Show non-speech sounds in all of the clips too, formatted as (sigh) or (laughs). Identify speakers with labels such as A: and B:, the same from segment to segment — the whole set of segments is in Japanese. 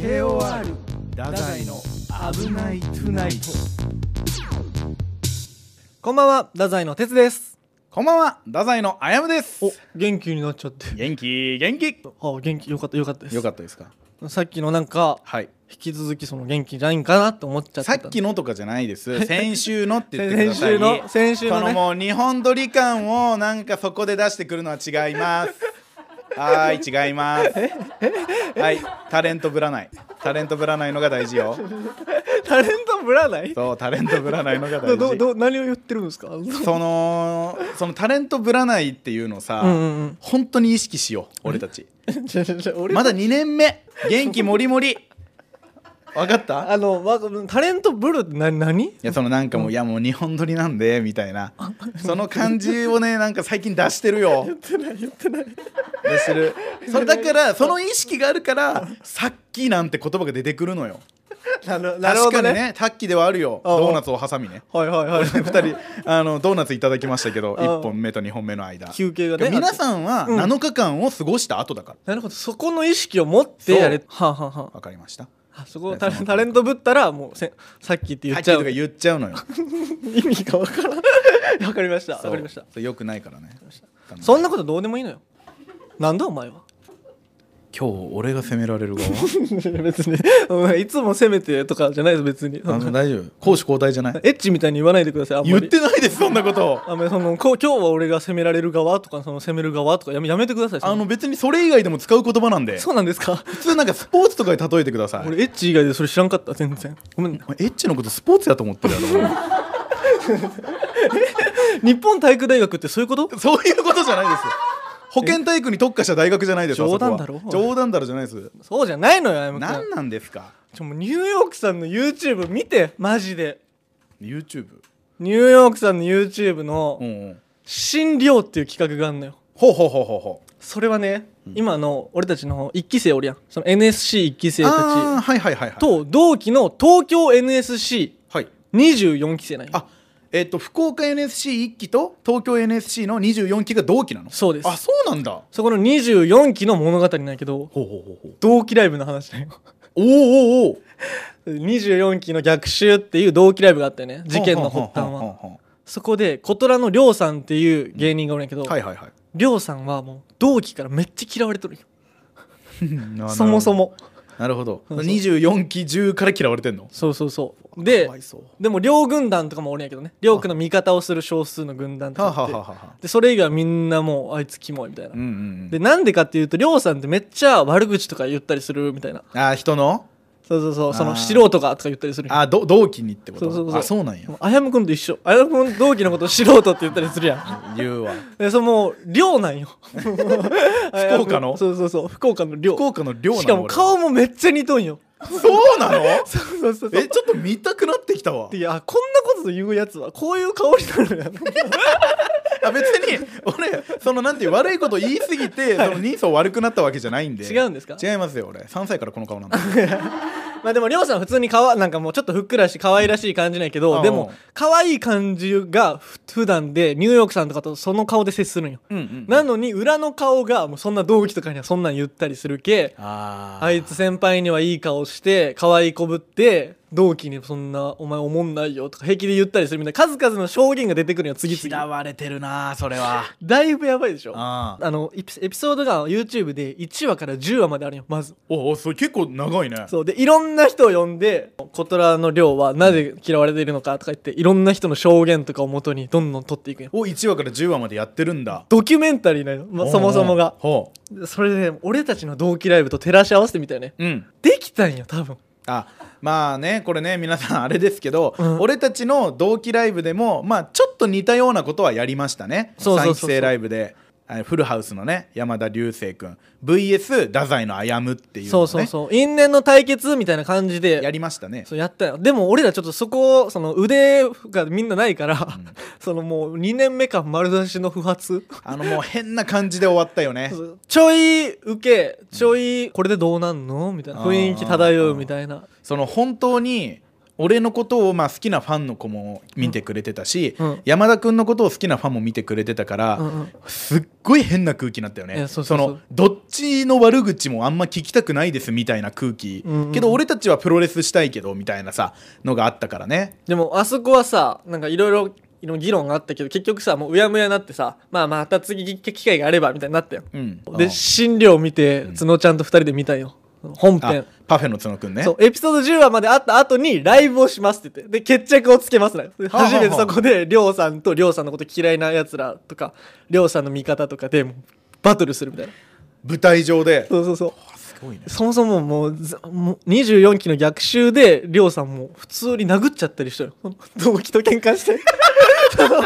A: KOR 太宰の危ないトゥナイト
B: こんばんは、太宰の哲です。
A: こんばんは太宰のあやむです
B: お、元気になっちゃって。
A: 元気元気
B: あ、元気、よかった、よかったです。
A: よかったですか
B: さっきのなんか、
A: はい
B: 引き続きその元気ないんかなって思っちゃってた。
A: さっきのとかじゃないです先週のって言ってくだ
B: 先
A: さい
B: 週の、先週
A: そ
B: の
A: の
B: ね。
A: もう日本撮り感をなんかそこで出してくるのは違い
B: (laughs)
A: ますはーい違いますはいタレントぶらないタレントぶらないのが大事よ
B: タレントぶらない
A: そうタレントぶらないのが
B: ど
A: 大
B: ど
A: 事
B: ど何を言ってるんですかうん
A: そのそのタレントぶらないっていうのさ、
B: うん
A: 本当に意識しよう俺たち
B: うん。ちょちょちょ俺
A: まだ2年目元気もりもり分かったい
B: あの、わタレントブルって何何
A: やそのなんかもう、いやもう日本撮りなんでみたいなその感じをねなんか最近出してるよ
B: 言ってない、言ってない。
A: 出してるそれだからその意識があるから「さっき」なんて言葉が出てくるのよ
B: なるなるほ
A: 確か
B: ど
A: に
B: ね。
A: ね「タッキ」ではあるよ
B: ああ
A: ドーナツをハサミね
B: はいはいはい。
A: 2人あのドーナツいただきましたけど
B: ああ
A: 1本目と2本目の間
B: 休憩がね。
A: 皆さんは
B: うん
A: 7日間を過ごした後だか
B: (laughs)
A: ら
B: なるほど、そこの意識を持ってやれ。はあ、はあはあ
A: 分かりました
B: あそこタレタレントぶったらもうせさっきって言
A: さ
B: っ
A: っき
B: ちゃ
A: とか
B: う
A: 言っちゃう
B: (laughs)
A: のよ
B: 意味がわからん (laughs) わかりましたわかりました
A: よくないからね
B: そんなことどうでもいいのよなんだお前
A: (laughs)
B: は
A: 今日俺が責められる (laughs) 側
B: 別にお前いつも責めてとかじゃないです別に
A: あの大丈夫攻守交代じゃない
B: エッチみたいに言わないでくださいあん
A: 言
B: ま
A: っ
B: り
A: てないですそんなこと
B: あんまりそのこう今日は俺が責められる側とかその責める側とかやめやめてくださいそ
A: あの別にそれ以外でも使う言葉なんで
B: そうなんですか
A: 普通なんかスポーツとかで例えてください
B: 俺エッチ以外でそれ知らんかった全然ごめん
A: お前エッチのことスポーツやと思ってるやろ
B: 日本体育大学ってそういうこと
A: そういうことじゃないです保健体育に特化した大学じゃないです
B: え
A: あそこは
B: 冗談だろ
A: 冗談だろじゃないです
B: そうじゃないのよあやむくん
A: 何なんですか
B: ちょもうニューヨークさんの YouTube 見てマジで
A: YouTube
B: ニューヨークさんの YouTube の
A: うんうん
B: 「診療」っていう企画があるのよ
A: ほうほうほうほうほう
B: それはね、今の俺たちの一期生おるやんその NSC1 期生
A: あ
B: た
A: ーはいはいはいはい
B: ちと同期の東京 NSC24
A: はい
B: 期生なんよ
A: あえっ、と福岡 NSC1 期と東京 NSC の24期が同期なの
B: そうです
A: あそうなんだ
B: そこの24期の物語なんやけど
A: ほうほうほうほう
B: 同期ライブの話だよ (laughs)
A: おおおお
B: 24期の逆襲っていう同期ライブがあったよね事件の発端は
A: は
B: そこで小虎の亮さんっていう芸人がおるんやけど
A: はいはいはい
B: 亮さんはもう同期からめっちゃ嫌われとるんよ
A: な
B: そもそも
A: なるほど
B: そうそう
A: 24期中から嫌われてんの
B: そうそうそうで
A: かわいそう
B: でも両軍団とかもおるんやけどね両君の味方をする少数の軍団と
A: はあ、
B: かあっ
A: はあ
B: て
A: はあはあ、
B: でそれ以外はみんなもうあいつキモいみたいな、
A: うんうんうん
B: でなんでかっていうと亮さんってめっちゃ悪口とか言ったりするみたいな
A: あー人の
B: そうそうそうそ
A: あー
B: の素人がとか言ったりするんよ
A: あーど同期にってこと
B: そうそうそう
A: あそうなんや
B: もうあやむくんと一緒あやむくん同期のことを素人って言ったりするや
A: (laughs)
B: ん
A: 言うわ
B: でそのもう亮なん
A: (laughs)
B: よ福
A: 岡の
B: そうそうそう福岡の亮
A: 福岡の寮なの
B: しかも顔もめっちゃ似と
A: (laughs)
B: んよ
A: 俺 (laughs) そうなの
B: そうそうそうそう
A: えちょっと見たくなってきたわ
B: いやこんなこと言うやつはこういう顔になるやん
A: あ別に俺そのなんていう悪いこと言いすぎてその人相悪くなったわけじゃないんで
B: 違うんですか
A: 違いますよ俺3歳からこの顔なんだ
B: まあでもりょうさん普通にかわなんかもうちょっとふっくらして可愛らしい感じなんやけ
A: うん
B: どで
A: うん
B: も可愛い感じがふ普段でニューヨークさんとかとその顔で接するんよ、
A: うんうん
B: なのに裏の顔がもうそんな同期とかにはそんなん言ったりするけ
A: あー
B: あいつ先輩にはいい顔して可愛いこぶって同期にそんなお前おもんないよとか平気で言ったりするみたいな数々の証言が出てくるよ次
A: 嫌
B: 々
A: われてるなそれは
B: (laughs) だいぶやばいでしょ
A: ああ
B: あのエピエピソードが YouTube で1話から10話まであるよまず
A: おおそれ結構長いね
B: そうでいろんな人を呼んで小虎の亮はなぜ嫌われているのかとか言っていろんな人の証言とかをもとにどんどん取っていくよ
A: を1話から10話までやってるんだ、
B: ドキュメンタリーなの、まあ、そもそもが
A: ほ
B: それで、俺たちの同期ライブと照らし合わせてみたよね
A: ううん
B: できたんよ多分
A: あまあねこれね皆さんあれですけど、
B: うん
A: 俺たちの同期ライブでもまあちょっと似たようなことはやりましたね
B: そうそうそうそう
A: 3期生ライブであのフルハウスのね山田流星君 VS 太宰の歩っていうの
B: そ
A: を
B: うそう
A: ね
B: そう因縁の対決みたいな感じ
A: や
B: で
A: りましたね
B: そうやったよでも俺らちょっとそこその腕がみんなないから、そのもう2年目間丸出しの不
A: (laughs)
B: 発
A: あのもう変な感じで終わった
B: (laughs)
A: よね
B: そうちょい受けちょいこれでどうなんのみたいな雰囲気漂うみたいな
A: その本当に俺のことをまあ好きなファンの子も見てくれてたし、
B: うんうん
A: 山田君のことを好きなファンも見てくれてたから、
B: うんうん
A: すっごい変な空気になったよ
B: い
A: ね
B: やそうそうそう
A: のどっちの悪口もあんま聞きたくないですみたいな空気、
B: うんうん
A: けど俺たちはプロレスしたいけどみたいなさのがあったからね
B: でもあそこはさなんかいろいろいろ議論があったけど結局さもううやむやになってさまあまた次機会があればみたいになったよ
A: うん
B: で診療見て角ちゃんと2人で見たよ本
A: ああ
B: 編
A: パフェの角くんね
B: そうエピソード10話まであった後にライブをしますって言ってで決着をつけますな
A: あはあ
B: 初めてそこでりょうさんとりょうさんのこと嫌いなやつらとかりょうさんの味方とかでもうバトルするみたいな
A: 舞台上で
B: そうそうそう
A: すごいね
B: そもそももうずもう24期の逆襲でりょうさんも普通に殴っちゃったりしたよ同期と喧嘩してその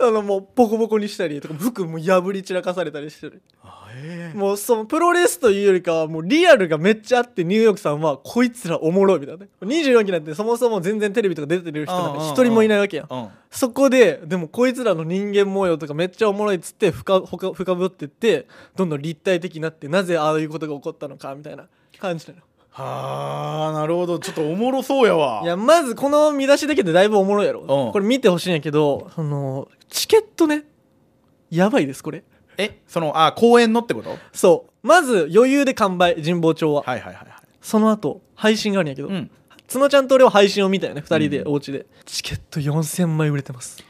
B: あのもうボコボコにしたりとか服も破り散らかされたりしてるもうそのプロレスというよりかはもうリアルがめっちゃあってニューヨークさんはこいつらおもろいみたいなね24期なんてそもそも全然テレビとか出てる人なんか一人もいないわけやん
A: うん
B: そこででもこいつらの人間模様とかめっちゃおもろいっつって深ほか深ぶってってどんどん立体的になってなぜああいうことが起こったのかみたいな感じなの
A: はあなるほどちょっとおもろそうやわ
B: いやまずこの見出しだけでだいぶおもろいやろ
A: う
B: こ
A: ん
B: れ見てほしいんやけどそのチケットねやばいですこれ
A: えそのあ公演のってことはい
B: そうまず余裕で完売神保町は、
A: はいはいはい
B: その後配信があるんやけど、
A: うん
B: 角ちゃんと俺は配信を見たよね2人で
A: うん
B: お家で、チケット4000枚売れてます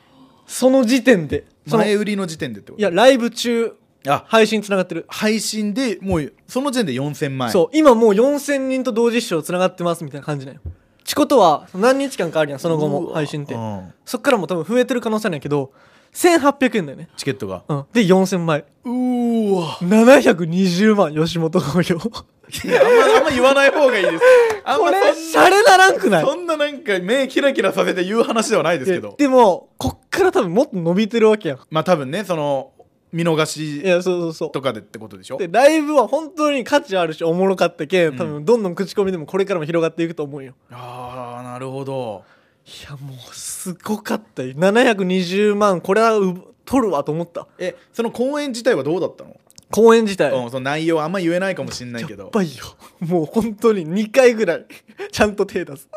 B: その時点でその
A: 前
B: い
A: 売りの時点でってこと
B: やライブ中
A: あ
B: 配信つながってる
A: 配信でもうその時点で4000万円
B: そう今もう4000人と同時視聴つながってますみたいな感じなんよちことは何日間かあるやんその後
A: う
B: も
A: わ
B: 配信って
A: うん
B: そっからも多分増えてる可能性あるんやけど1800円だよね、
A: チケットが
B: うん、で4000枚
A: うーわ
B: 720万吉本興業こ
A: いやあんまあんま言わない方がいい
B: (laughs)
A: ですあんま
B: れシ
A: そ
B: ャレならんくなんい
A: そんななんか目キラキラさせて言う話ではないですけど
B: ででもこっから多分もっと伸びてるわけやん
A: まあ多分ねその見逃
B: い
A: し
B: やそうそうそう
A: とかでってことでしょ
B: でライブは本当に価値あるしおもろかったけん多
A: う
B: 分どんどん口コミでもこれからも広がっていくと思うよ
A: ああなるほど
B: いやもうすごかったよ720万これはう取るわと思った
A: えその公演自体はどうだったの
B: 公演自体
A: うんその内容あんま言えないかもしんないけ
B: や
A: ど
B: っぱいよもう本当に2回ぐらいちゃんと手出
A: (laughs)
B: す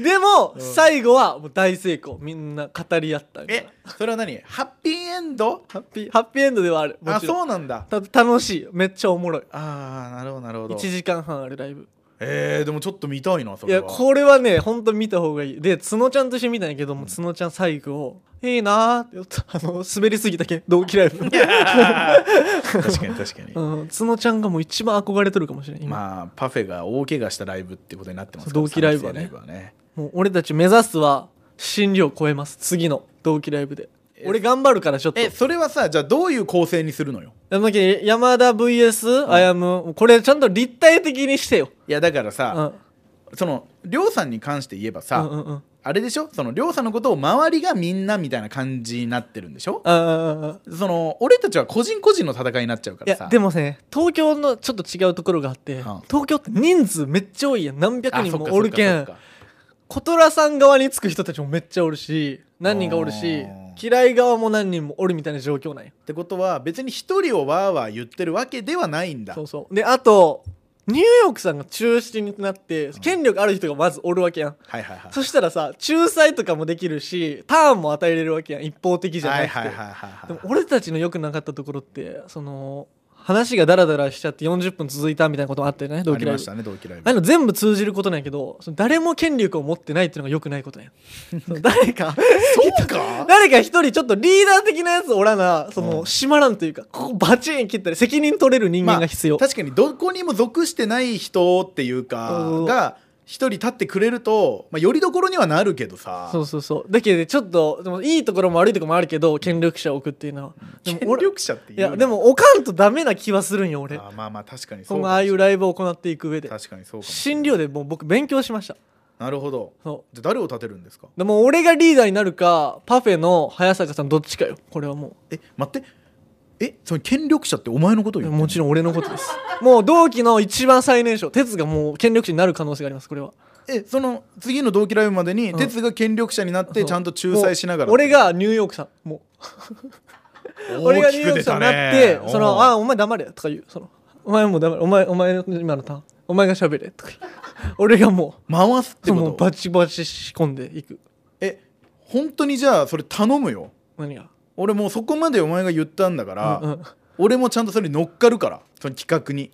B: でも、
A: うん
B: 最後はもう大成功みんな語り合ったみたい
A: え
B: な
A: それは何ハッピーエンド
B: ハッピーハッピーエンドではあるも
A: あ
B: ちろん
A: そうなんだ
B: た楽しいめっちゃおもろい
A: ああなるほどなるほど
B: 1時間半あるライブ
A: えー、でもちょっと見たいなそ
B: い
A: れ
B: や
A: は
B: これはねほんと見た方がいいで角ちゃんと一緒に見たんやけども角ちゃん最後を「いいな」って言ったあの滑りすぎたけ同期ライブ
A: 確かに確かに
B: うん角ちゃんがもう一番憧れとるかもしれない今、
A: まあパフェが大怪我したライブってことになってますから
B: そう同期ライブはね
A: 三期生ね
B: もう俺たち目指すは診療を超えます次の同期ライブで
A: え
B: 俺頑張るからちょっと
A: えそれはさじゃあどういう構成にするのよ
B: だけど山田 VS あやむこれちゃんと立体的にしてよ
A: いやだから
B: う
A: さ、
B: ん
A: そのりょうさんに関して言えば
B: う
A: さ、
B: んうんうん
A: あれでしょそのりょうさんのことを周りがみんなみたいな感じになってるんでしょ
B: うんうんうんうん
A: その俺たちは個人個人の戦いになっちゃうか
B: い
A: らさ
B: やでもね東京のちょっと違うところがあって、東京って人数めっちゃ多いやん何百
A: あ
B: 人
A: そっ
B: も
A: か
B: おるけ
A: そっ
B: ん
A: かそっか
B: 小虎さん側につく人たちもめっちゃおるし何人かおるし
A: あー
B: 嫌い側も何人もおるみたいな状況なんよ
A: ってことは別に一人をわーわー言ってるわけではないんだ
B: そうそうであとニューヨークさんが中心になって権力ある人がまずおるわけやん、
A: はいはいはい
B: そしたらさ仲裁とかもできるしターンも与えれるわけやん一方的じゃ
A: は
B: ないくて、
A: はいはいはいはい
B: でも俺たちの良くなかったところってその話がダラダラしちゃって40分続いたみたいなこともあったよね同
A: あ
B: 期
A: り
B: ライ
A: ま
B: ブ
A: したね同期ライ
B: ああい
A: ブ
B: うの全部通じることなんやけどその誰も権力を持ってないっていうのが良くないことなんや
A: (laughs)
B: その誰か
A: そうか
B: 誰か一人ちょっとリーダー的なやつおらなその、
A: うん
B: 締まらんというかここバチン切ったり責任取れる人間が必要、
A: まあ、確かにどこにも属してない人っていうか
B: うん
A: が一人立ってくれると、まあ、よりどころにはなるけどさ
B: そうそうそうだけどちょっとでもいいところも悪いところもあるけど権力者を置くっていうのはで
A: 権
B: も俺い
A: 力者っていうい
B: やでもおかんとダメな気はするんよ俺
A: あまあまあ確かにそう
B: 今後
A: かも
B: ああいうライブを行っていく上で
A: 確かにそうかも
B: 診療でもう僕勉強しました
A: なるほど
B: そう
A: じゃあ誰を立てるんですか
B: でも俺がリーダーになるかパフェの早坂さんどっちかよこれはもう
A: え待ってえその権力者ってお前のことを言
B: もち
A: ろ
B: ろ
A: ん
B: ん俺のことですもう同期の一番最年少哲がもう権力者になる可能性がありますこれは
A: えその次の同期ライブまでに
B: ん
A: 哲、が権力者になってちゃんと仲裁しながら
B: もう俺がニューヨークさんもう俺がニューヨークさんになってその「あ
A: あ
B: お前黙れ」とか言うその「お前もう黙れお前お前の今のターンお前が喋れ」とか言う (laughs) 俺がも
A: 回すっ
B: う
A: て
B: も
A: こ
B: う
A: と
B: バチバチ仕込んでいく
A: え本当にじゃあそれ頼むよ
B: 何が
A: 俺もうそこまでお前が言ったんだから、
B: うんうん
A: 俺もちゃんとそれに乗っかるからその企画に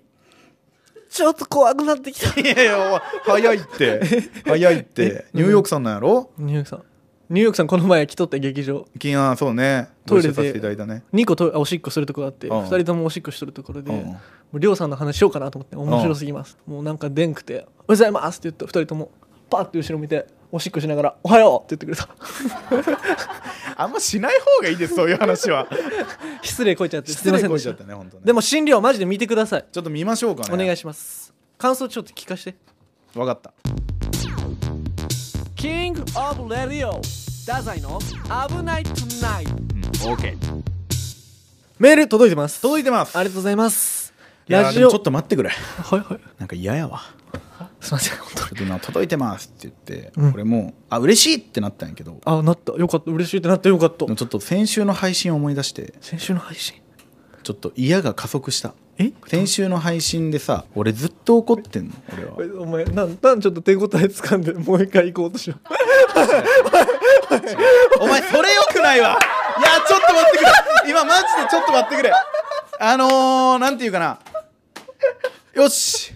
B: ちょっと怖くなってきた
A: いやいやおい早いって早いってニューヨークさんなんやろ
B: ニューヨークさんニューヨークさんこの前来とった劇場
A: 気になそうね
B: トイレで
A: ご一緒させていただいたね
B: 2個とおしっこするとこがあって、
A: うん
B: 2人ともおしっこしとるところで、
A: うん
B: もうりょうさんの話しようかなと思って面白すぎます、もうなんかでんくて「おはようございます」って言った2人ともパッて後ろ見ておしっこしながら「おはよう」って言ってくれた
A: あんましない方がいいですそういう話は
B: 失礼こいちゃってす
A: 失
B: いません
A: 礼こ
B: で
A: い
B: し
A: ち
B: た
A: ゃったね本当ね
B: でも診療マジで見てください、
A: ちょっと見ましょうかね
B: お願いします感想ちょっと聞かして
A: わかった
B: キングオブレディオダザイの危ないトゥナイト
A: うん OK
B: メール届いてます
A: 届いてます
B: ありがとうございます
A: いや
B: ラ
A: で
B: ジ
A: も
B: オ
A: ちょっと待ってくれ
B: はいはい
A: なんか嫌やわ
B: すいません本当に
A: ちょっとな届いてますって言って、
B: うん
A: 俺もあ嬉しいってなったんやけど
B: あなったよかった嬉しいってなったよかった
A: でもちょっと先週の配信を思い出して
B: 先週の配信
A: ちょっと嫌が加速した
B: え
A: 先週の配信でさ俺ずっと怒ってんの俺
B: (laughs)
A: は
B: お前なんなんちょっと手応え掴んでもう一回行こうとしよう
A: お前それよくないわいやちょっと待ってくれ今マジでちょっと待ってくれあのー、なんていうかなよし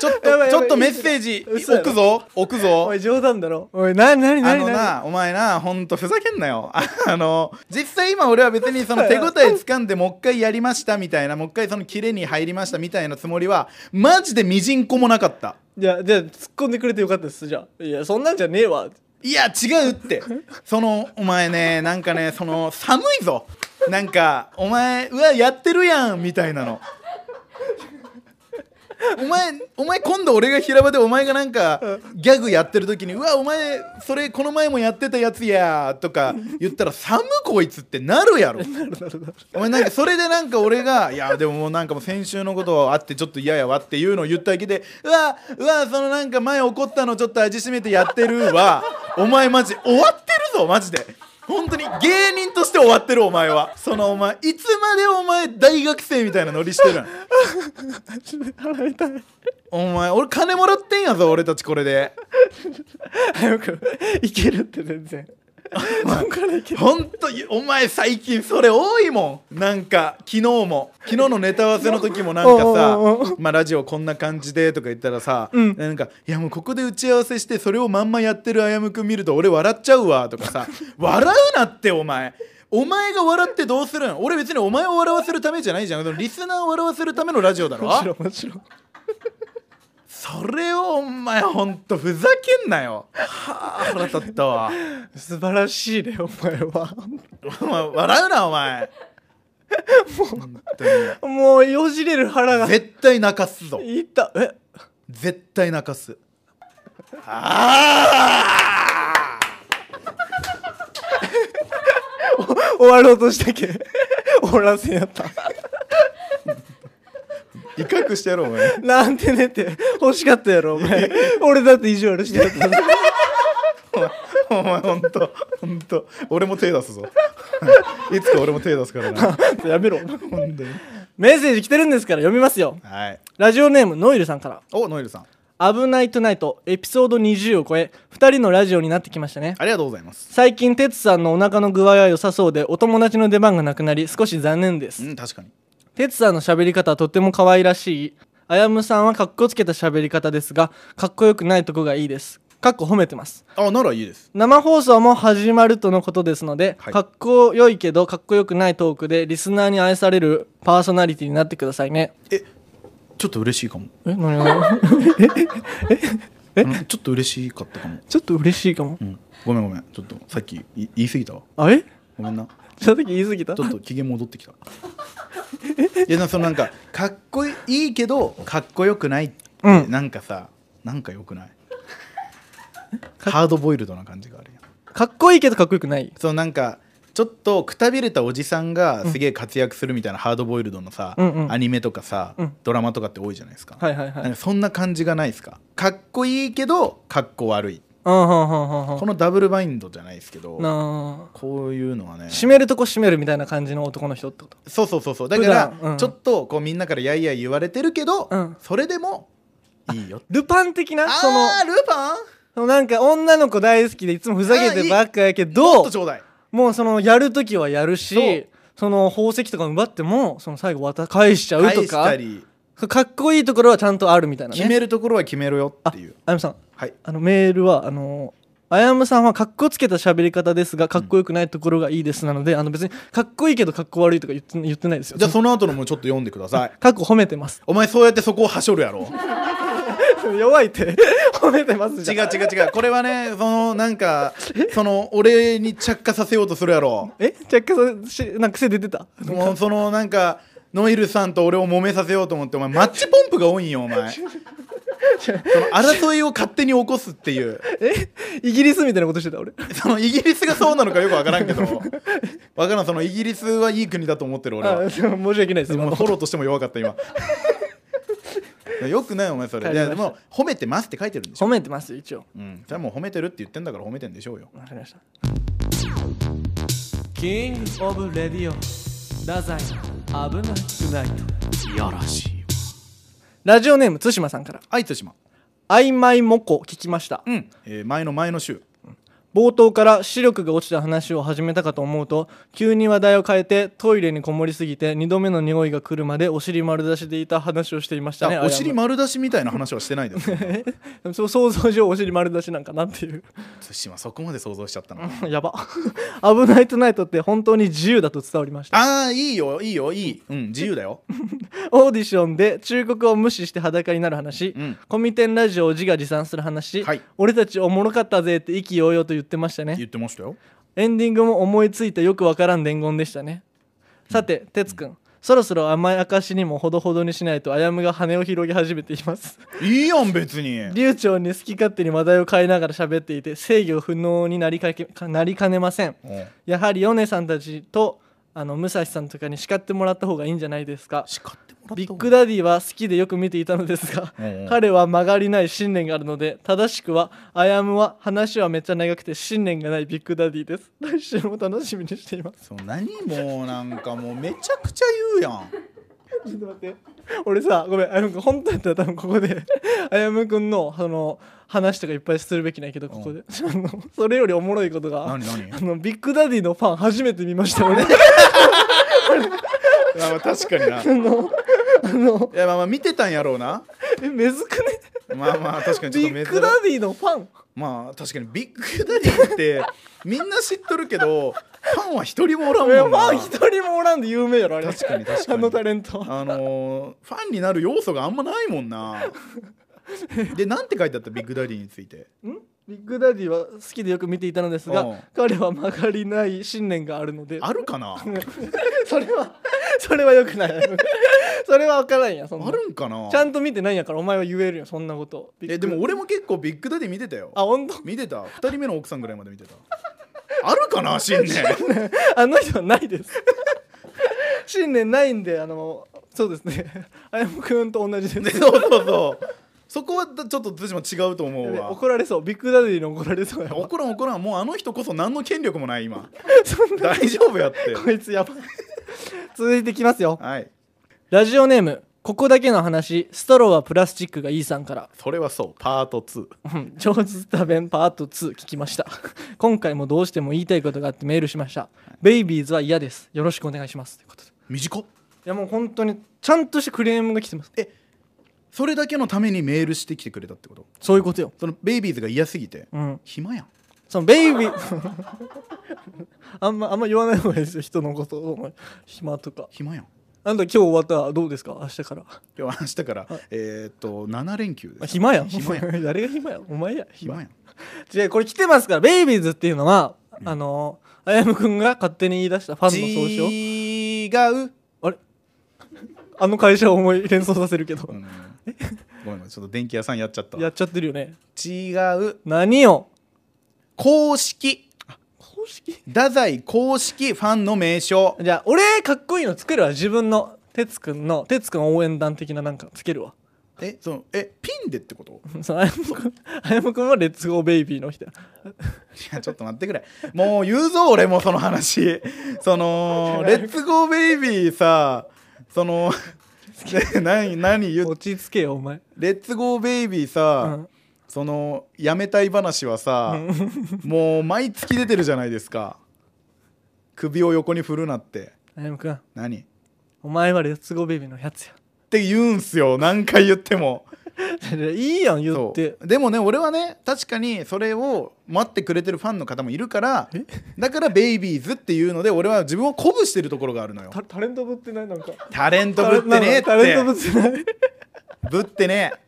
A: ちょっと
B: やばい
A: ち
B: やばい
A: ょっとメッセージ
B: 嘘やろ
A: 置くぞ置く
B: (laughs)
A: ぞ
B: おい冗談だろおいなになにな
A: あ
B: に
A: の
B: な
A: なお前なほんとふざけんなよあの実際今俺は別にそ
B: (laughs)
A: の手応え掴んでもう一回やりましたみたいなもう一回そのキレに入りましたみたいなつもりはマジでみじんこもなかった
B: にじゃあじゃあ突っ込んでくれてよかったですじゃあいやそんなんじゃねえわ
A: いや違うってそのお前ねなんかねその寒いぞなんかお前うわやってるやんみたいなのお前お前今度俺が平場でお前がなんかギャグやってる時に「うわお前それこの前もやってたやつや」とか言ったら「寒こいつ」ってなるやろ
B: なるなるなる
A: お前なんかそれでなんか俺が「いやでももうなんかもう先週のことあってちょっと嫌やわ」っていうのを言っただけで「うわうわそのなんか前怒ったのちょっと味しめてやってるわ」お前マジ終わってるぞマジで本当に芸人として終わってるお前はそのお前いつまでお前大学生みたいなノリしてるん
B: 払いたい
A: お前俺金もらってんやぞ俺たちこれで
B: 早くいけるって全然そんからいける
A: 本当にお前最近それ多いもんなんか昨日も昨日のネタ合わせの時もなんか
B: おうおうお
A: さ「まあ、ラジオこんな感じで」とか言ったらさ、
B: うん
A: なんか「いやもうここで打ち合わせしてそれをまんまやってるあやむくん見ると俺笑っちゃうわ」とか
B: (laughs)
A: さ「笑うなってお前」お前が笑ってどうするん俺別にお前を笑わせるためじゃないじゃんそのリスナーを笑わせるためのラジオだろ
B: もちろんもちろん
A: それをお前ほんとふざけんなよはあ腹立ったわ
B: 素晴らしいねお前は
A: お前笑うなお前本当に
B: もうよじれる腹が
A: 絶対泣かすぞ
B: いったえ
A: 絶対泣かすあ
B: 終わろうとしたけおらせやった
A: あ威嚇してやろうお前
B: なんてねって欲しかったやろお前俺だって意地悪してたから
A: お前ほんとほんと俺も手出すぞいつか俺も手出すからな
B: やめろ
A: 本当に
B: メッセージ来てるんですから読みますよ
A: はい
B: ラジオネームノイルさんから
A: おノエルさん
B: 「危ないトゥナイト」エピソード20を超え2人のラジオになってきましたね
A: ありがとうございます
B: 最近哲さんのお腹の具合は良さそうでお友達の出番がなくなり少し残念で
A: う
B: す
A: ん確かに
B: 哲さんの喋り方はとっても可愛らしいあやむさんはかっこつけた喋り方ですがかっこよくないとこがいいですかっこ褒めてます
A: あならいいです
B: 生放送も始まるとのことですので、
A: はい
B: かっこよいけどかっこよくないトークでリスナーに愛されるパーソナリティになってくださいね
A: えちょっと嬉しいかも
B: え何が
A: うんちょっと嬉しかったかも
B: (laughs) ちょっと嬉しいかも
A: うんごめんごめんちょっとさっきい言い過ぎたわ
B: あえ
A: ごめんな
B: ちょっと言い過ぎた
A: ちょっと機嫌戻ってきたいやでもそのなんかかっこいいけどかっこよくないって、
B: うん
A: なんかさなんかよくないハードボイルドな感じがあるやん
B: かっこいいけどかっこよくない
A: そのなんかちょっとくたびれたおじさんがすげえ活躍するみたいなハードボイルドのさ、
B: うんうん
A: アニメとかさ、
B: うん
A: ドラマとかって多いじゃないですか,、
B: はいはいはい
A: なんかそんな感じがないですかかっこいいけどかっこ悪い
B: うんうんうんうんう
A: このダブルバインドじゃないですけど
B: んなあ
A: こういうのはね
B: 締めるとこ締めるみたいな感じの男の人ってこと
A: そうそうそうそうだから
B: 普段うん
A: ちょっとこうみんなからやいやい言われてるけど、
B: うん
A: それでもいいよ
B: ルパン的なその
A: あールパン
B: そのなんか女の子大好きでいつもふざけてばっかやけ
A: もっ
B: ど
A: とちょうだい
B: もうそのやる時はやる
A: そう
B: しその宝石とか奪ってもその最後渡返しちゃうと
A: 返した
B: か
A: り
B: かっこいいところはちゃんとあるみたいな
A: 決
B: ね
A: めるところは決めろよっていう
B: あやむさん
A: はい
B: あのメールはあのあやむさんはかっこつけた喋り方ですがかっこよくないところがいいですなので、あの別にかっこいいけどかっこ悪いとか言って言ってないですよ
A: じゃあ
B: (laughs)
A: その後のもちょっと読んでください
B: かっこ褒めてます
A: (laughs) お前そうやってそこをはしょるやろ
B: 弱いて (laughs) 褒めてます
A: 違う
B: じ
A: 違
B: ゃん
A: う違うこれはねそのなんかその俺に着火させようとするやろ
B: え若干そしなんか癖出てた
A: もうそのなんかノイルさんと俺を揉めさせようと思ってお前マッチポンプが多いんよお前その争いを勝手に起こすっていう
B: えイギリスみたいなことしてた俺
A: そのイギリスがそうなのかよく分からんけど分からんそのイギリスはいい国だと思ってる俺
B: あ
A: は
B: 申し訳ないです
A: で
B: 今
A: も
B: の
A: フォローとしても弱かった今よくないお前それい
B: わかりま
A: や
B: した
A: でも褒めてますって書いてるんでしょ
B: 褒めてますよ一応
A: うん、それはもう褒めてるって言ってんだから褒めてんでしょうよ
B: わかりましたキングオブレディオ太宰危なくない
A: いやらしい
B: ラジオネーム対馬さんから
A: はい対馬
B: 曖昧もこ聞きました
A: うん、えー前の前の週
B: 冒頭から視力が落ちた話を始めたかと思うと急に話題を変えてトイレにこもりすぎて2度目の匂いが来るまでお尻丸出しでいた話をしていましたね
A: あお尻丸出しみたいな話はしてないです (laughs) 対
B: あ (laughs) やそう想像上お尻丸出しなんかなっていう
A: 馬そこまで想像しちゃったな
B: (laughs) やば危ないトゥナイトって本当に自由だと伝わりました
A: あーいいよいいよいい、うん、自由だよ
B: オーディションで忠告を無視して裸になる話、
A: うん
B: コミテンラジオを自画自賛する話、
A: はい
B: 俺たちおもろかったぜって意気揚々と言ってましたね
A: 言ってましたよ
B: エンディングも思いついたよくわからん伝言でしたね。さて、哲くん、そろそろ甘い証にもほどほどにしないと、あやむが羽を広げ始めてい
A: (laughs)
B: ます。
A: いいやん別に
B: 流暢に好き勝手に話題を変えながら喋っていて、制御不能になりかけかなりかねません。
A: うん
B: やはり、ヨネさんたちと、あの、武蔵さんとかに叱ってもらった方がいいんじゃないですか。
A: 叱ってもらった
B: ビッグダディは好きでよく見ていたのですが、
A: うんうん
B: 彼は曲がりない信念があるので正しくはアヤムは話はめっちゃ長くて信念がないビッグダディです来週も楽しみにしています
A: そう何もうなんかもうめちゃくちゃ言うやん
B: ちょっと待って俺さごめんあやむくん本当だったら多分ここで (laughs) あやむくんのその話とかいっぱいするべきないけどここで、あのそれよりおもろいことが
A: 何何
B: あのビッグダディのファン初めて見ました
A: (laughs)
B: 俺
A: あまあ確かにないやまあまあ見てたんやろうな
B: えめずくね
A: まあまあ確かにちょ
B: ビ
A: っと珍
B: ッ
A: し
B: グダディのファン
A: まあ確かにビッグダディってみんな知っとるけどファンは一人もおらん
B: いや
A: もん
B: ファン
A: な
B: 一人もおらんで有名やろあれ
A: 確かに確かに
B: あのタレントは
A: あのーファンになる要素があんまないもんなでなんて書いてあったビッグダディについて
B: んビッグダディは好きでよく見ていたのです
A: うん
B: が彼は曲がりない信念があるので
A: あるかな
B: それはそれはよく
A: (laughs)
B: ないそれは分からんやそんな
A: あるんかな
B: ちゃんと見てないんやからお前は言えるよそんなこと
A: えでも俺も結構ビッグダディ見てたよ
B: あ本当
A: 見てた2人目の奥さんぐらいまで見てたあるかな信念
B: あの人はないです信念ないんであのそうですねあやむくんと同じで
A: ね
B: す
A: そうそうそうそこはちょっと対馬違うと思うわ
B: 怒られそうビッグダディに怒られそうやわ
A: 怒らん怒らんもうあの人こそ何の権力もない
B: (laughs)
A: 今大丈夫やって
B: こいつやばい続いてきますよ
A: はい
B: ラジオネームここだけの話ストローはプラスチックがいいさんから
A: それはそうパート2
B: うん上手多弁パート2聞きました (laughs) 今回もどうしても言いたいことがあってメールしましたベイビーズは嫌ですよろしくお願いしますということでい
A: 短っ
B: やもう本当にちゃんとしてクレームが来てます
A: それだけのためにメールしてきてくれたってこと
B: そういうことよ
A: そのベイビーズが嫌すぎて
B: うん
A: 暇やん
B: そのベイビー (laughs) あんまあんま言わない方がいいですよ人のことを暇とか
A: 暇やん
B: あんた今日終わったらどうですか明日から
A: 今日明日からえーっと7連休
B: あ
A: です
B: 暇やん
A: 暇や
B: (laughs) 誰が暇やんお前や
A: 暇やん
B: 違うこれ来てますからベイビーズっていうのは、あのあやむくんが勝手に言い出したファンの総称
A: 違う
B: あれあの会社を思い連想させるけど、
A: うんごめんごめんちょっと電気屋さんやっちゃった
B: やっちゃってるよね
A: 違う
B: 何を
A: 公式
B: 公式
A: 太宰公式ファンの名称
B: じゃあ俺かっこいいのつけるわ自分の哲くんの哲くん応援団的ななんかつけるわ (laughs)
A: えそのえピンでってこと
B: そのあやむくんあやむくんはレッツゴーベイビーの人や
A: いやちょっと待ってくれもう言うぞ俺もその (laughs) 話そのレッツゴーベイビーさそので (laughs) 何何言う
B: 落ち着けよお前
A: レッツゴーベイビーさ、
B: うん
A: そのやめたい話はさ、もう毎月出てるじゃないですか首を横に振るなって
B: 歩夢君
A: 何っ
B: お前はレッツゴーベイビーのやつや
A: て言うんすよ何回言っても
B: いいやん言
A: そ
B: っ
A: う
B: て
A: でもね俺はね確かにそれを待ってくれてるファンの方もいるからだからベイビーズっていうので俺は自分を鼓舞してるところがあるのよ
B: タタレントぶってないなんか
A: タレントぶってねえっ
B: タレントぶ
A: て
B: ってない
A: ぶってねえ
B: (laughs)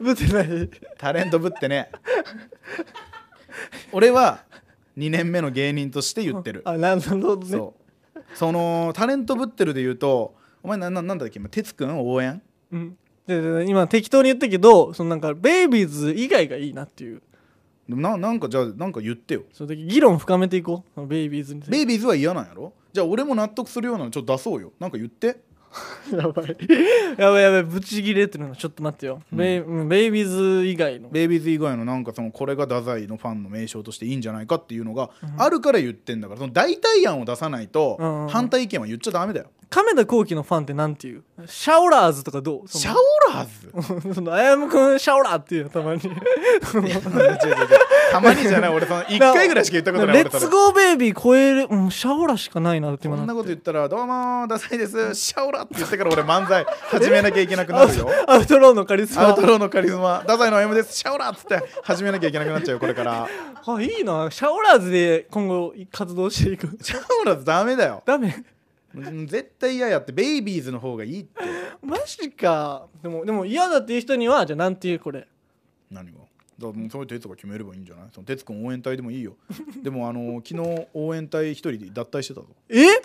B: ぶってない
A: タレントぶってね俺は2年目の芸人として言ってる
B: あなるほどね
A: そうそのタレントぶってるで言うとお前なななんだっけ今哲くん応援
B: うんででで今適当に言ったけどそのなんかベイビーズ以外がいいなっていう
A: ななんかじゃあなんか言ってよ
B: その時議論深めていこうそのベイビーズについて
A: ベイビーズは嫌なんやろじゃあ俺も納得するようなのちょっと出そうよなんか言って
B: やばい (laughs) やばいやばいブチギレってるのちょっと待ってよ、ベイうんベイビーズ以外の
A: ベイビーズ以外のなんかそのこれが太宰のファンの名称としていいんじゃないかっていうのがあるから言ってんだからその代替案を出さないと
B: うんうんうん
A: 反対意見は言っちゃダメだよ
B: 亀田光輝のファンってなんていうシャオラーズとかどう
A: シ
B: オ
A: ャオラー
B: (laughs)
A: ズ
B: そのあやむくんシャオラーっていうのたまに
A: 違う違う違うたまにじゃな
B: (laughs)
A: い俺その1回ぐらいしか言ったことない
B: レ
A: 俺
B: ッ
A: そ
B: ツ
A: れ
B: ゴーベイビー超える、うん、シャオラしかないなって
A: こ
B: 今
A: んな
B: っ
A: こと
B: て
A: 言ったら「どうもーダサいですシャオラ」って言ってから俺漫才始めなきゃいけなくなるよ
B: アウトローのカリス
A: アウ
B: マ
A: トローのカリスマ太宰の M ですシャオラっつって始めなきゃいけなくなっちゃうよこれから
B: あいいなシャオラーズで今後活動していく (laughs)
A: シャオラーズダメだよ
B: ダメ
A: うん絶対嫌やってベイビーズの方がいいって
B: マジかでもでも嫌だっていう人にはじゃあなんていうこれ
A: 何がだからもうそういう哲が決めればいいんじゃないその哲くん応援隊でもいいよ (laughs) でもあの昨日応援隊一人で脱退してたぞ
B: え、
A: ん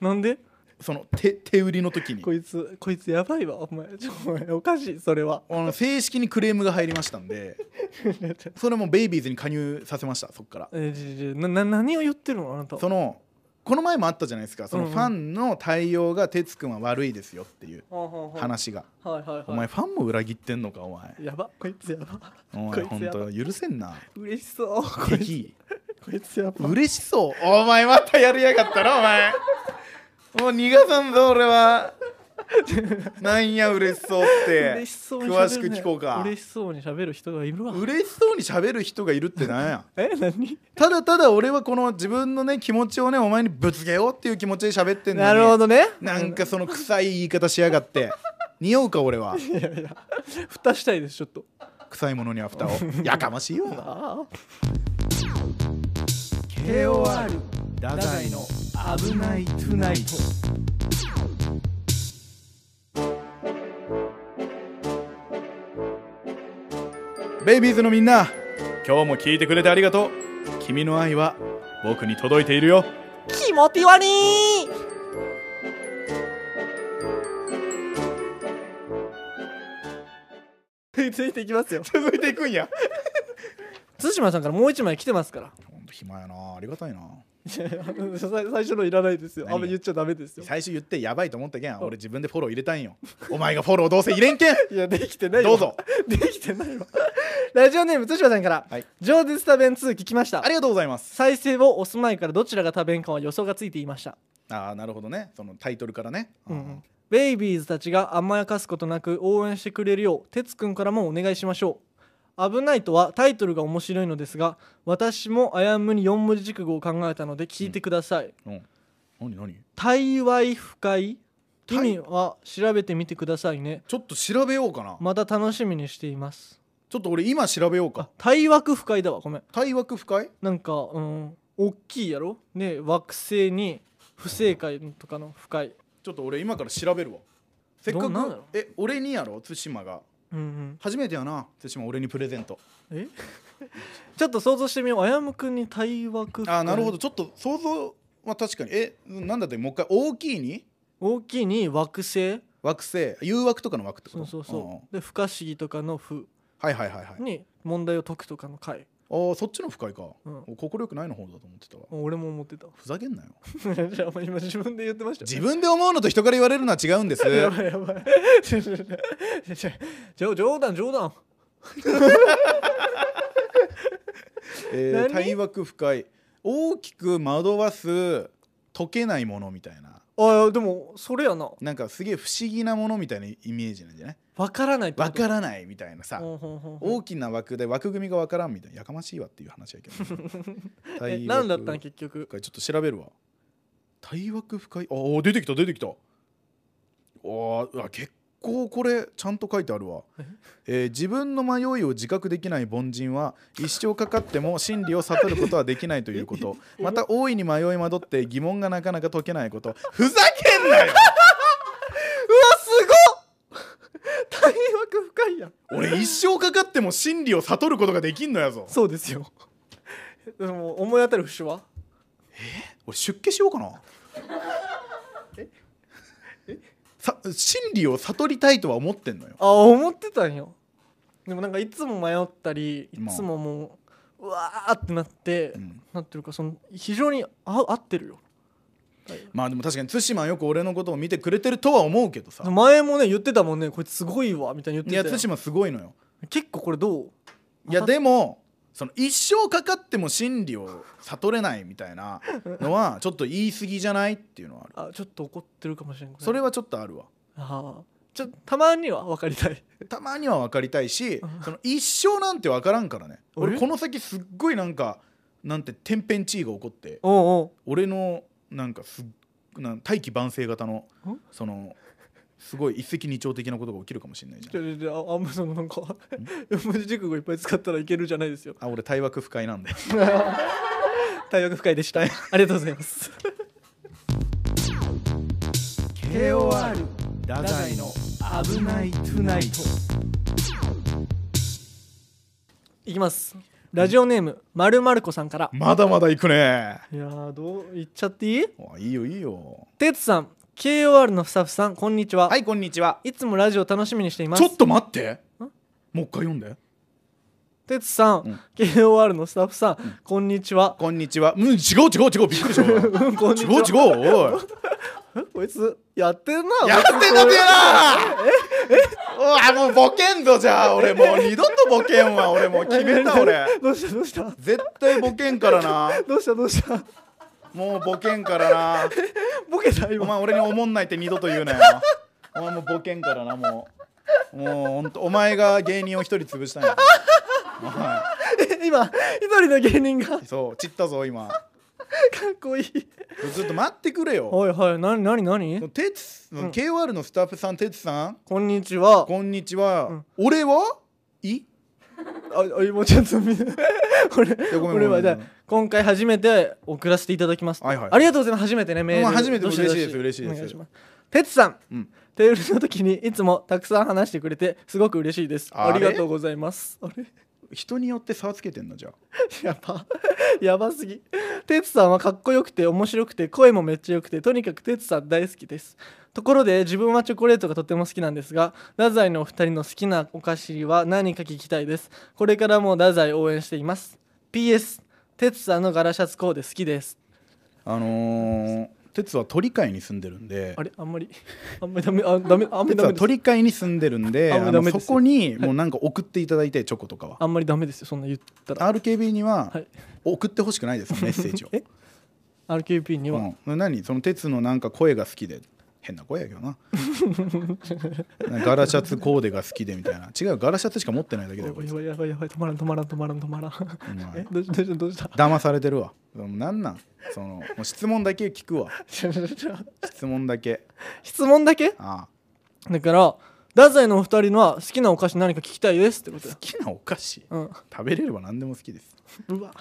B: なんで
A: その手手売りの時に
B: こいつこいつやばいわお前ちょお前おかしいそれは
A: あの正式にクレームが入りました
B: (laughs)
A: んでそれもベイビーズに加入させましたそっから
B: えじじなな何を言ってるのあなたは
A: そのこの前もあったじゃないですかその
B: うんうん
A: ファンの対応が哲くんは悪いですよっていう
B: はあはあは
A: 話が、
B: あはいはいはい
A: お前ファンも裏切ってんのかお前
B: やばこいつやば
A: お
B: こ
A: 前
B: い
A: ほ
B: つ
A: ん
B: やば
A: と許せんな
B: (laughs) 嬉しそうこいつ
A: 敵
B: こいつやば
A: 嬉しそうお前またやりやがったろお前もう逃がさんぞ俺は (laughs) なんや嬉しそうって
B: 嬉しそうに喋る、ね、
A: 詳しく聞こうか
B: 嬉しそうに喋る人がいるわ
A: 嬉しそうに喋る人がいるってなんや
B: え何
A: ただただ俺はこの自分のね気持ちをねお前にぶつけようっていう気持ちで喋ってんのに
B: なるほどね
A: なんかその臭い言い方しやがって匂うか俺はい
B: やいや蓋したいですちょっと
A: 臭いものには蓋を
B: (laughs)
A: やかましいよな
B: ああ
A: KOR 太宰の
B: 危ないトゥナイト
A: ベイビーズのみんな今日も聞いてくれてありがとう君の愛は僕に届いているよ
B: 気持ち悪い (laughs) ついていきますよ
A: 続いていくんや
B: 対馬さんからもう一枚来てますから
A: ほんと暇やなありがたいない
B: やいやあの最最初のいらないですよ
A: 何
B: あんま言っちゃダメですよ
A: 最初言ってやばいと思ったけん俺自分でフォロー入れたいんよお前がフォローどうせ入れ
B: (laughs)
A: んけん
B: いやできてないわ
A: どうぞ
B: できてないわラジオネーム対馬さんから、
A: はい
B: 上手スタ弁2聞きました
A: ありがとうございます
B: 再生を押す前からどちらが多弁かは予想がついていました
A: ああなるほどねそのタイトルからね、
B: うんうんベイビーズたちが甘やかすことなく応援してくれるよう哲くんからもお願いしましょう「危ない」とはタイトルが面白いのですが私もあやむに4文字熟語を考えたので聞いてください
A: うん何何
B: 「対話不快」
A: 対
B: 意味は調べてみてくださいね
A: ちょっと調べようかな、
B: また楽しみにしています
A: ちょっと俺今調べよう
B: あ
A: か
B: 対枠不快だわごめん
A: 対枠不快
B: なんかうん大きいやろね惑星に不正解とかの不快
A: ちょっと俺今から調べるわせっか
B: どんなんだ
A: く
B: ろう
A: え俺にやろ対馬が
B: うんうん
A: 初めてやな対馬俺にプレゼント
B: え (laughs) ちょっと想像してみようあやむくんに対枠不快
A: あーなるほどちょっと想像は確かにえなんだってもう一回大きいに
B: 大きいに惑星
A: 惑星誘惑とかの枠ってこ
B: そ
A: と
B: うそう
A: うんうん
B: そうで不可思議とかの「不
A: はいはいはいはい」
B: に問題を解くとかの「解
A: あーそっちの不快か、
B: うん
A: 心よくないの方だと思ってたわ」
B: 俺も思ってた (laughs)
A: ふざけんなよ
B: じゃあお前今自分で言ってましたよ
A: 自分で思うのと人から言われるのは違うんで
B: (laughs)
A: す
B: やばいやばいちょちょちょちょちょ冗談冗談
A: えー
B: 何
A: 対枠不快大きく惑わす解けないものみたいな
B: あでもそれやな
A: なんかすげえ不思議なものみたいなイメージなんじゃない
B: わからないってこと
A: わからないみたいなさ、
B: ほんほんほんほん
A: 大きな枠で枠組みがわからんみたいなやかましいわっていう話やけどね、
B: (laughs) え
A: 対
B: 何
A: 枠
B: だったん結局
A: 深いちょっと調べるわ対枠深いあー出てきた出てきたあーうわ結構これちゃんと書いてあるわ、えー自分の迷いを自覚できない凡人は一生かかっても真理を悟ることはできないということまた大いに迷い惑って疑問がなかなか解けないことふざけんなよ
B: うわすごっ (laughs) 大枠深いやん
A: 俺一生かかっても真理を悟ることができんのやぞ
B: そうですよでも思い当たる節は
A: 俺出家しようかなさ真理を悟りたいとは思ってんのよ
B: あ思ってたんよでもなんかいつも迷ったりい
A: まあ
B: つももううわーってなって、
A: うん
B: なってるからその非常にあ合ってるよ
A: まあでも確かに対馬はよく俺のことを見てくれてるとは思うけどさ
B: 前もね言ってたもんねこいつすごいわみたいに
A: い
B: 言っ
A: や
B: て
A: 対
B: たよ
A: 馬すごいのよ
B: 結構これどう
A: いや
B: また
A: でもその一生かかっても真理を悟れないみた
B: (laughs)
A: いなのはちょっと言い過ぎじゃないっていうのはある
B: あちょっと怒ってるかもしれん
A: それ
B: は
A: はちょっとあるわ
B: あーちょたまには分かりたい
A: たまには分かりたいしその一生なんて分からんからね俺
B: え
A: この先すっごいなんかなんて天変地異が起こって
B: (laughs) おうおう
A: 俺のなんかすっなん大器晩成型の
B: ん
A: そのすごい一石二鳥的なことが起きるかもしれないじゃん
B: ちょちょちょああんまそのなんか (laughs) 四文字熟語いっぱい使ったらいけるじゃないですよ
A: あ俺対枠不快なんで
B: 大学深いでしたありがとうございます
A: KOR ダザイの危ないトゥナイト
B: いきますラジオネームまるまる子さんから
A: まだまだ行くね
B: いやーどう言っちゃっていい
A: あいいよいいよ
B: てつさん KOR のスタッフさんこんにちは、、
A: はいいこんにちは
B: つもラジオ楽しみにしていま
A: ちょ
B: す
A: っと待ってもう一回読んで
B: てつさん、
A: うん
B: KOR のスタッフさん、こんにちは
A: こんにちはうん違う違う違うびっくりした
B: うん (laughs) こんにち
A: 違
B: は
A: う違うおい
B: こいつやってんな
A: やってんのてやなええおいもうボケんぞじゃあ俺もう二度とボケんわ俺もう決めた俺
B: (laughs) どうしたどうした
A: 絶対ボケんからな
B: どうしたどうした
A: もうボケんからな
B: ボケた
A: お
B: 今
A: 前俺におもんないって二度と言うなよお前もうボケんからなもうもうほんとお前が芸人を一人潰したんやは
B: え今一人の芸人が (laughs) か
A: いそう散ったぞ今
B: っこいい
A: ずっと待ってくれよ
B: はいはいなになになに
A: てつ KOR のスタッフさんてつさん
B: こんにちは
A: こんにちは、俺はい
B: ああ (laughs) 今ちょっと見俺
A: やごめ
B: 俺
A: んごめ
B: は
A: ん
B: じゃあ
A: ごめん
B: 今回初めて送らせていただきます、
A: はいはい
B: ありがとうございます初めてねメール、
A: まあ初めて
B: どど
A: 嬉しいです嬉しいです
B: お願いしますてつさん、
A: うん
B: テールの時にいつもたくさん話してくれてすごく嬉しいですあ
A: あれ
B: りがとうございますあれ
A: 人によって差をつけてんのじゃあ
B: (laughs) やばやばすぎてつさんはかっこよくて面白くて声もめっちゃよくてとにかくてつさん大好きですところで自分はチョコレートがとても好きなんですが太宰のお二人の好きなお菓子は何か聞きたいですこれからも太宰応援しています PS てつさんの柄シャツコーデ好きです
A: あのー、てつは鳥海に住んでるんで
B: あれあんまりあんまりダメあダメあんまり
A: てつ
B: ダメ
A: は
B: です
A: 鳥海に住んでるんで
B: あんまりダ
A: あの
B: メで
A: そ
B: す
A: こにもうなんか送っていただいてチョコとかは
B: あんまりダメですよそんな言ったら
A: RKB には
B: はい
A: 送ってほしくない
B: (laughs)
A: ですメッセージを
B: え RQP には、
A: うん、何その鉄のなんか声が好きで変な声やけどな (laughs) なんかガラシャツコーデが好きでみたいな違うガラシャツしか持ってないだけだよこいつ
B: やばいやばいやばい止まらん止まらん止まらん止まらん
A: お前
B: えどうしたどうしたどうした
A: 騙されてるわなんなんそのもう質問だけ聞くわ質問だけ
B: 質問だけ
A: ああ
B: だから太宰のお二人のは好きなお菓子何か聞きたいですってこと
A: 好
B: だ
A: きなお菓子
B: うん
A: 食べれれば何でも好きです
B: うわ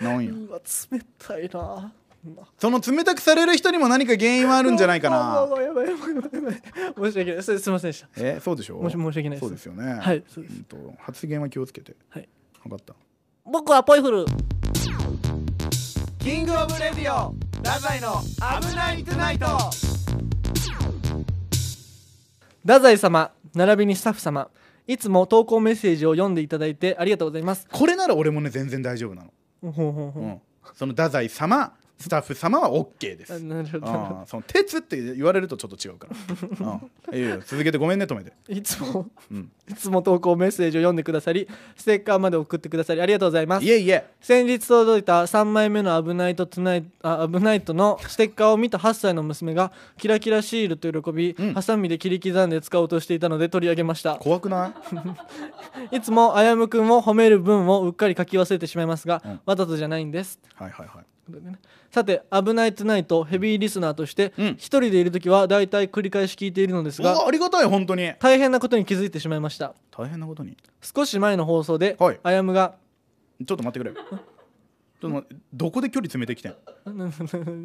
A: なんよ
B: うわ冷たいな
A: その冷たくされる人にも何か原因はあ
B: あ
A: るんじゃないか
B: (laughs) う
A: な
B: わうわやばいやばいやばいやばい申し訳ないすすいませんでした
A: えそうでしょ
B: もし申し訳ないです
A: そうですよね
B: はいそうです
A: んと発言は気をつけて
B: はい
A: 分かった
B: 僕はポイフル
A: キングオブレディオダザイの危ないトゥナイト
B: 太宰様並びにスタッフ様いつも投稿メッセージを読んでいただいてありがとうございます
A: これなら俺もね全然大丈夫なの、
B: ほうほうほう
A: うん、その太宰様スタッフ様は OK です
B: あなるほど
A: あその鉄って言われるとちょっと違う (laughs) から、うん、いいよ続けてごめんね止めて、
B: いつも
A: うん、
B: いつも投稿メッセージを読んでくださりステッカーまで送ってくださりありがとうございます
A: いえいえ
B: 先日届いた3枚目の「危ないとトゥナイト」あ「危ないと」のステッカーを見た8歳の娘がキラキラシールと喜び、
A: うん
B: ハサミで切り刻んで使おうとしていたので取り上げました
A: 怖くない
B: いつもあやむくんを褒める文をうっかり書き忘れてしまいますが、
A: うん
B: わざとじゃないんです
A: はいはいはい
B: さて「危ないトゥナイト」ヘビーリスナーとして
A: うん
B: 一人でいる時は大体繰り返し聞いているのですが、
A: おありがたい本当に
B: 大変なことに気づいてしまいました
A: 大変なことに
B: 少し前の放送で、
A: はい
B: あやむが
A: ちょっと待ってくれちょっと待ってどこで距離詰めてきてんい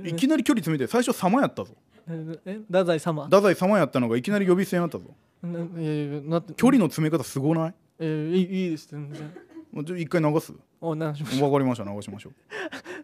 B: え (laughs)
A: きなり距離詰めて最初様やったぞ
B: 太宰様
A: 太宰様やったのがいきなり呼び捨てになったぞ
B: ないやいやなって
A: 距離の詰め方すごない
B: えーいいいいです全然
A: もうちょ一回流す
B: おなんしまし
A: わかりました流しましょ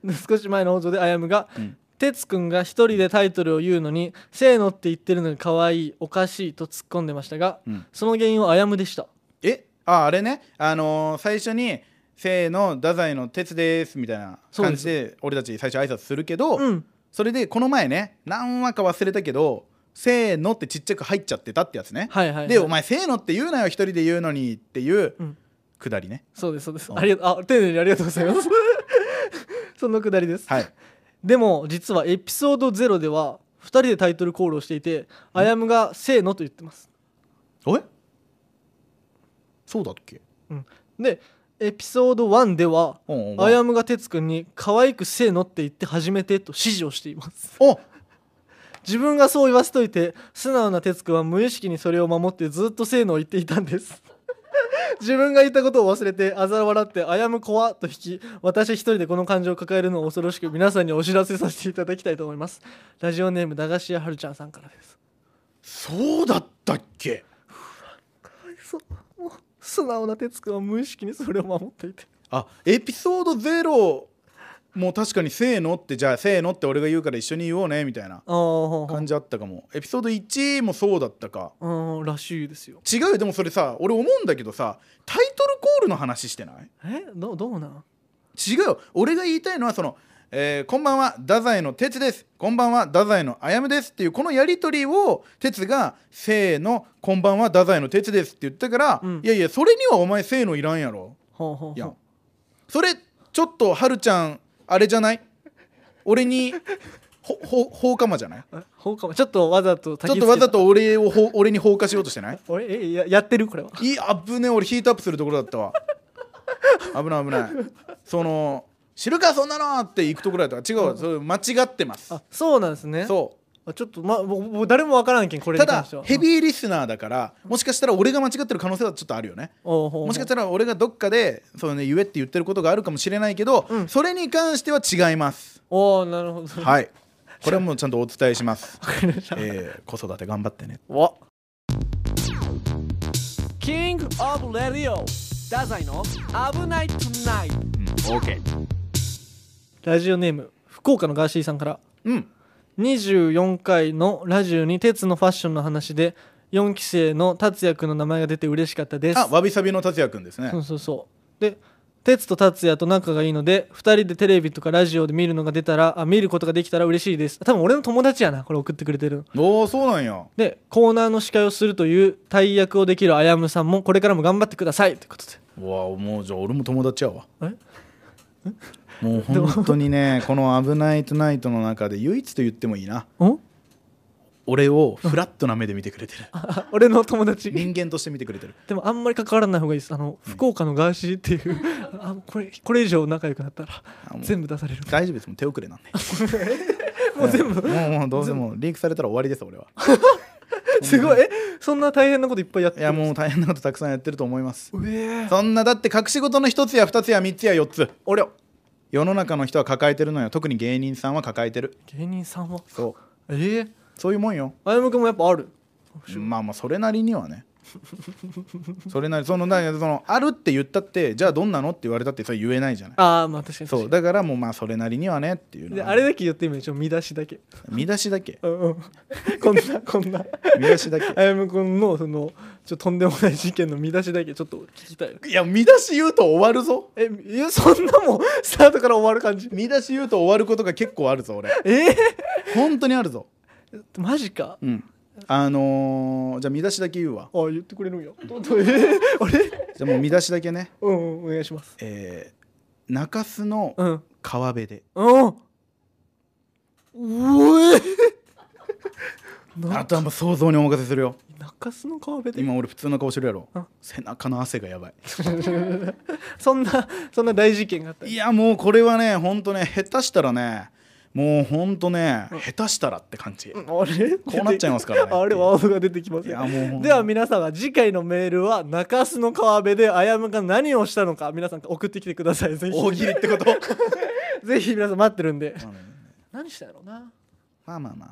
A: う
B: 少し前の放送であやむが
A: うん
B: 哲くんが一人でタイトルを言うのに「せーの」って言ってるのに可愛いおかしいと突っ込んでましたが、
A: うん
B: その原因はあやむでした
A: えああれねあのー最初に「せーの太宰の鉄です」みたいな感じで俺たち最初挨拶するけど、
B: うん
A: それでこの前ね何話か忘れたけど「せーの」ってちっちゃく入っちゃってたってやつね、
B: はいはいはい
A: で「お前せーの」って言うなよ一人で言うのにっていう
B: うん
A: くだりね、
B: そうですそうです
A: うん
B: ありがあ丁寧にありがとうございます (laughs) そのくだりです、
A: はい (laughs)
B: でも実はエピソード0では2人でタイトルコールをしていてあやむが「せーの」と言ってます、
A: おいそうだっけ
B: うん、でエピソード1では
A: うんうん
B: あやむが哲くんに「可愛くせーの」って言って初めてと指示をしています
A: お
B: 自分がそう言わせといて素直な哲くんは無意識にそれを守ってずっと性能を言っていたんです (laughs) 自分が言ったことを忘れてあざ笑って「あやむ怖」と引き私一人でこの感情を抱えるのを恐ろしく皆さんにお知らせさせていただきたいと思いますラジオネーム駄菓子屋はるちゃんさんからです
A: そうだったっけ
B: そうもう素直な哲くんは無意識にそれを守っていて
A: あエピソード0もう確かに「せーの」ってじゃあ「せーの」って俺が言うから一緒に言おうねみたいな
B: ああ
A: 感じあったかもエピソード1もそうだったか
B: うんらしいですよ
A: 違うよでもそれさ俺思うんだけどさタイトルコールの話してない
B: えどどうなん
A: 違うよ俺が言いたいのはその、えーこんばんは太宰の哲ですこんばんは太宰のあやむです」っていうこのやり取りを哲が「せーのこんばんは太宰の哲です」って言ったから、
B: うん
A: いやいやそれにはお前「せーの」いらんやろ
B: ほうほう
A: や
B: ほ
A: ん
B: う
A: それちょっとはるちゃんあれじゃない俺にほほ放火魔じ
B: (laughs)
A: ゃない
B: えほうかもちょっとわざと焚
A: ちょっ
B: きつけ
A: と
B: た
A: わざと俺をほ俺に放火しようとしてない
B: 俺えややってるこれはい
A: いあぶね俺ヒートアップするところだったわ危ない危ないその「知るかそんなの!」って行くところだった違うわそれ間違ってます
B: あそうなんですね
A: そ
B: あちょっとま僕僕誰もわからんけんこ
A: う
B: れ
A: た
B: に関
A: だ
B: しては
A: ヘビーリスナーだからもしかしたら俺が間違ってる可能性はちょっとあるよねも
B: も
A: しかしたら俺がどっかで「そうね言え」って言ってることがあるかもしれないけど、
B: うん
A: それに関しては違います
B: おおなるほどい
A: はいこれはもうちゃんとお伝えします、
B: わかりました
A: えー子育て頑張ってね
B: わキングオブレディオダザイの危ないトゥナイト
A: うん OK
B: ラジオネーム福岡のガーシーさんから
A: うん
B: 24回のラジオに鉄のファッションの話で4期生の達也くんの名前が出て嬉しかったです
A: あわびさびの達也くんですね
B: そうそうそうで哲と達也と仲がいいので2人でテレビとかラジオで見るのが出たらあ見ることができたら嬉しいです多分俺の友達やなこれ送ってくれてるの
A: おおそうなんや
B: でコーナーの司会をするという大役をできるあやむさんもこれからも頑張ってくださいということで
A: うわもうじゃあ俺も友達やわ
B: え
A: もう本当にねこの「危ないトゥナイト」の中で唯一と言ってもいいな
B: お (laughs)
A: 俺をフラットな目で見てくれてる
B: あ俺の友達
A: (laughs) 人間として見てくれてる
B: でもあんまり関わらない方がいいですあの福岡のガーシーっていう (laughs) あこれこれ以上仲良くなったら
A: あもう
B: 全部出される
A: 大丈夫ですもう手遅
B: (laughs)
A: れなんで
B: もう全部
A: もうもうどうせもうリークされたら終わりです俺は
B: (laughs) すごいえそんな大変なこといっぱいやって
A: い
B: る
A: やもう大変なことたくさんやってると思います
B: うえ
A: そんなだって隠し事の一つや二つや三つや四つ俺を世の中の人は抱えてるのよ特に芸人さんは抱えてる
B: 芸人さんは
A: そう
B: ええ
A: そういうもんよ
B: あやむくんもやっぱある
A: まあまあそれなりにはね (laughs) それなりそのだからそのあるって言ったってじゃあどんなのって言われたってそれ言えないじゃない
B: ああまあ確かに
A: そう
B: 確か
A: だからもうまあそれなりにはねっていう
B: に
A: の
B: で
A: は
B: あれだけ言って今一応見出しだけ
A: 見出しだけ
B: うん
A: (laughs)
B: うんこんなこんな
A: 見出しだけ
B: あやむ君のそのちょっととんでもない事件の見出しだけちょっと聞きたい
A: (laughs) いや見出し言うと終わるぞ
B: えいやそんなもんスタートから終わる感じ
A: 見出し言うと終わることが結構あるぞ俺
B: え
A: 本当にあるぞ
B: ー、マジか
A: うんあのーじゃあ見出しだけ言うわ
B: あ言ってくれるんやどどえー、あれ
A: じゃあもう見出しだけね
B: うんうんお願いします
A: えー、中洲の
B: うん
A: 川辺で
B: うんうえ
A: あ
B: な
A: とはもう想像にお任せするよ
B: 中洲の川辺で
A: 今俺普通の顔してるやろ
B: うん
A: 背中の汗がやばい
B: そんなそんな大事件があった
A: いやもうこれはねほんとね下手したらねもうほんとね下手したらって感じ
B: あれ
A: こうなっちゃいますからね
B: (laughs) あれワードが出てきます
A: い
B: よ
A: やもう
B: では皆様次回のメールは中洲の川辺であやむが何をしたのか皆さん送ってきてくださいぜ
A: 大喜
B: ひ
A: 利ってこと (laughs)
B: ぜひ皆さん待ってるんで
A: まあね
B: 何したやろうな
A: まあまあまあ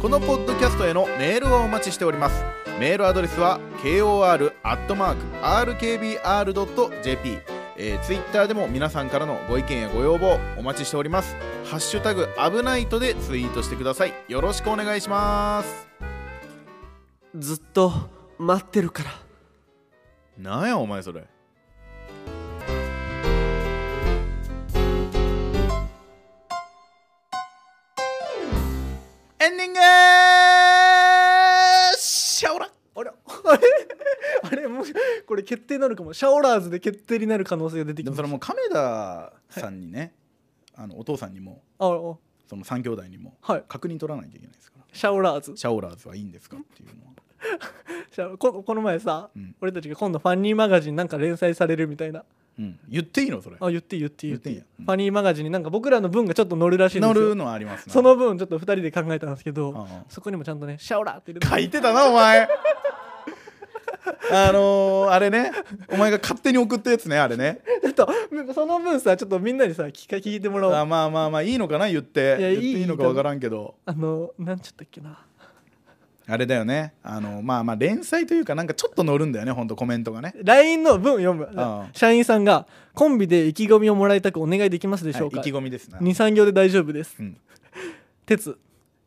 A: このポッドキャストへのメールをお待ちしておりますメールアドレスは kor.rkbr.jp えー、ツイッターでも皆さんからのご意見やご要望お待ちしておりますハッシュタグ危ないとでツイートしてくださいよろしくお願いします
B: ずっと待ってるから
A: なんやお前それエンディングシャオラ
B: あれあれあれもうこれ決定なるかもシャオラーズで決定になる可能性が出てきま
A: で
B: す
A: もそれもう亀田さんにね、あのお父さんにも
B: ああ
A: その3兄弟にも
B: はい
A: 確認取らないといけないですから
B: シャオラーズ
A: シャオラーズはいいんですかっていうのは
B: シャオここの前さ、
A: うん
B: 俺たちが今度ファニーマガジンなんか連載されるみたいな
A: うん、言っていいのそれ
B: あ言っていい言っていい言っていい
A: 言っていいやうん
B: ファニーマガジンになんか僕らの分がちょっと載るらしいんです
A: 乗
B: よ
A: るのはありますな
B: その分ちょっと2人で考えたんですけど、
A: ああ
B: そこにもちゃんとね「シャオラ!」って入れて
A: 書いてたなお前あのー、あれねお前が勝手に送ったやつねあれね
B: ちょっとその分さちょっとみんなにさ聞か聞いてもらおう
A: あ
B: あ
A: まあまあまあいいのかな言って
B: いや
A: 言っていいのか
B: いい
A: 分からんけど
B: のなんちゃったっけな
A: あれだよねあのまあまあ連載というかなんかちょっと乗るんだよねほんとコメントがね
B: LINE の文読む
A: ああ
B: 社員さんが「コンビで意気込みをもらいたくお願いできますでしょうか
A: はい意気込みですな、
B: 23行で大丈夫です
A: うん、
B: 鉄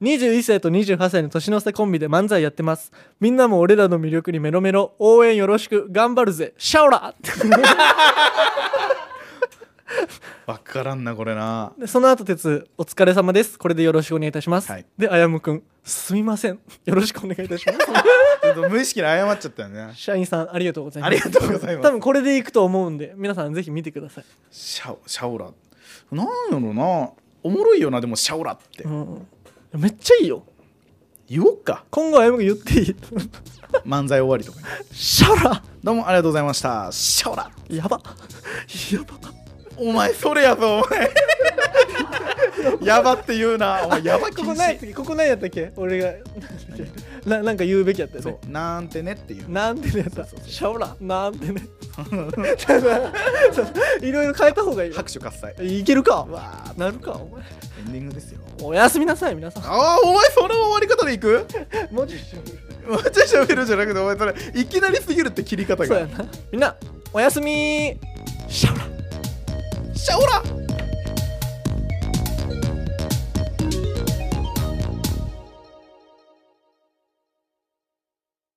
B: 21歳と28歳の年の差コンビで漫才やってますみんなも俺らの魅力にメロメロ応援よろしく頑張るぜシャオラ
A: 分からんなこれな
B: でその後鉄お疲れ様ですこれでよろしくお願いいたします、
A: はい
B: であやむくんすみませんよろしくお願いいた (laughs) します
A: ちょっと無意識に謝っちゃったよね
B: 社員さんありがとうございま
A: あ
B: す
A: りがとうございま
B: 多
A: す
B: 分これでいくと思うんで皆さんぜひ見てください、
A: シャオシャオラなんやろなおもろいよなでもシャオラって、
B: うん、めっちゃいいよ
A: 言おっか
B: 今後あやむくん言っていい
A: 漫才終わりとかに
B: シャオラ
A: どうもありがとうございましたシャオラ
B: やばやば
A: お前それやぞお (laughs) 前やばって言うなお前やば
B: こ
A: 禁
B: こない
A: 止
B: ここないやったっけ俺がななんか言うべきやったよね
A: そうなんてねっていう
B: なんてねやったシャオラなん (laughs) てねただいろいろ変えた方がいいよ
A: 拍手喝采
B: いけるかなるかお前
A: エンディングですよ
B: おやすみなさい皆さ
A: ああお前その終わり方でいく
B: んもうちょいしよ
A: めっ (laughs) ちゃ喋るじゃなくてお前それいきなりすぎるって切り方
B: うそうや
A: が
B: なみんなおやすみシャオラ
A: シャオラ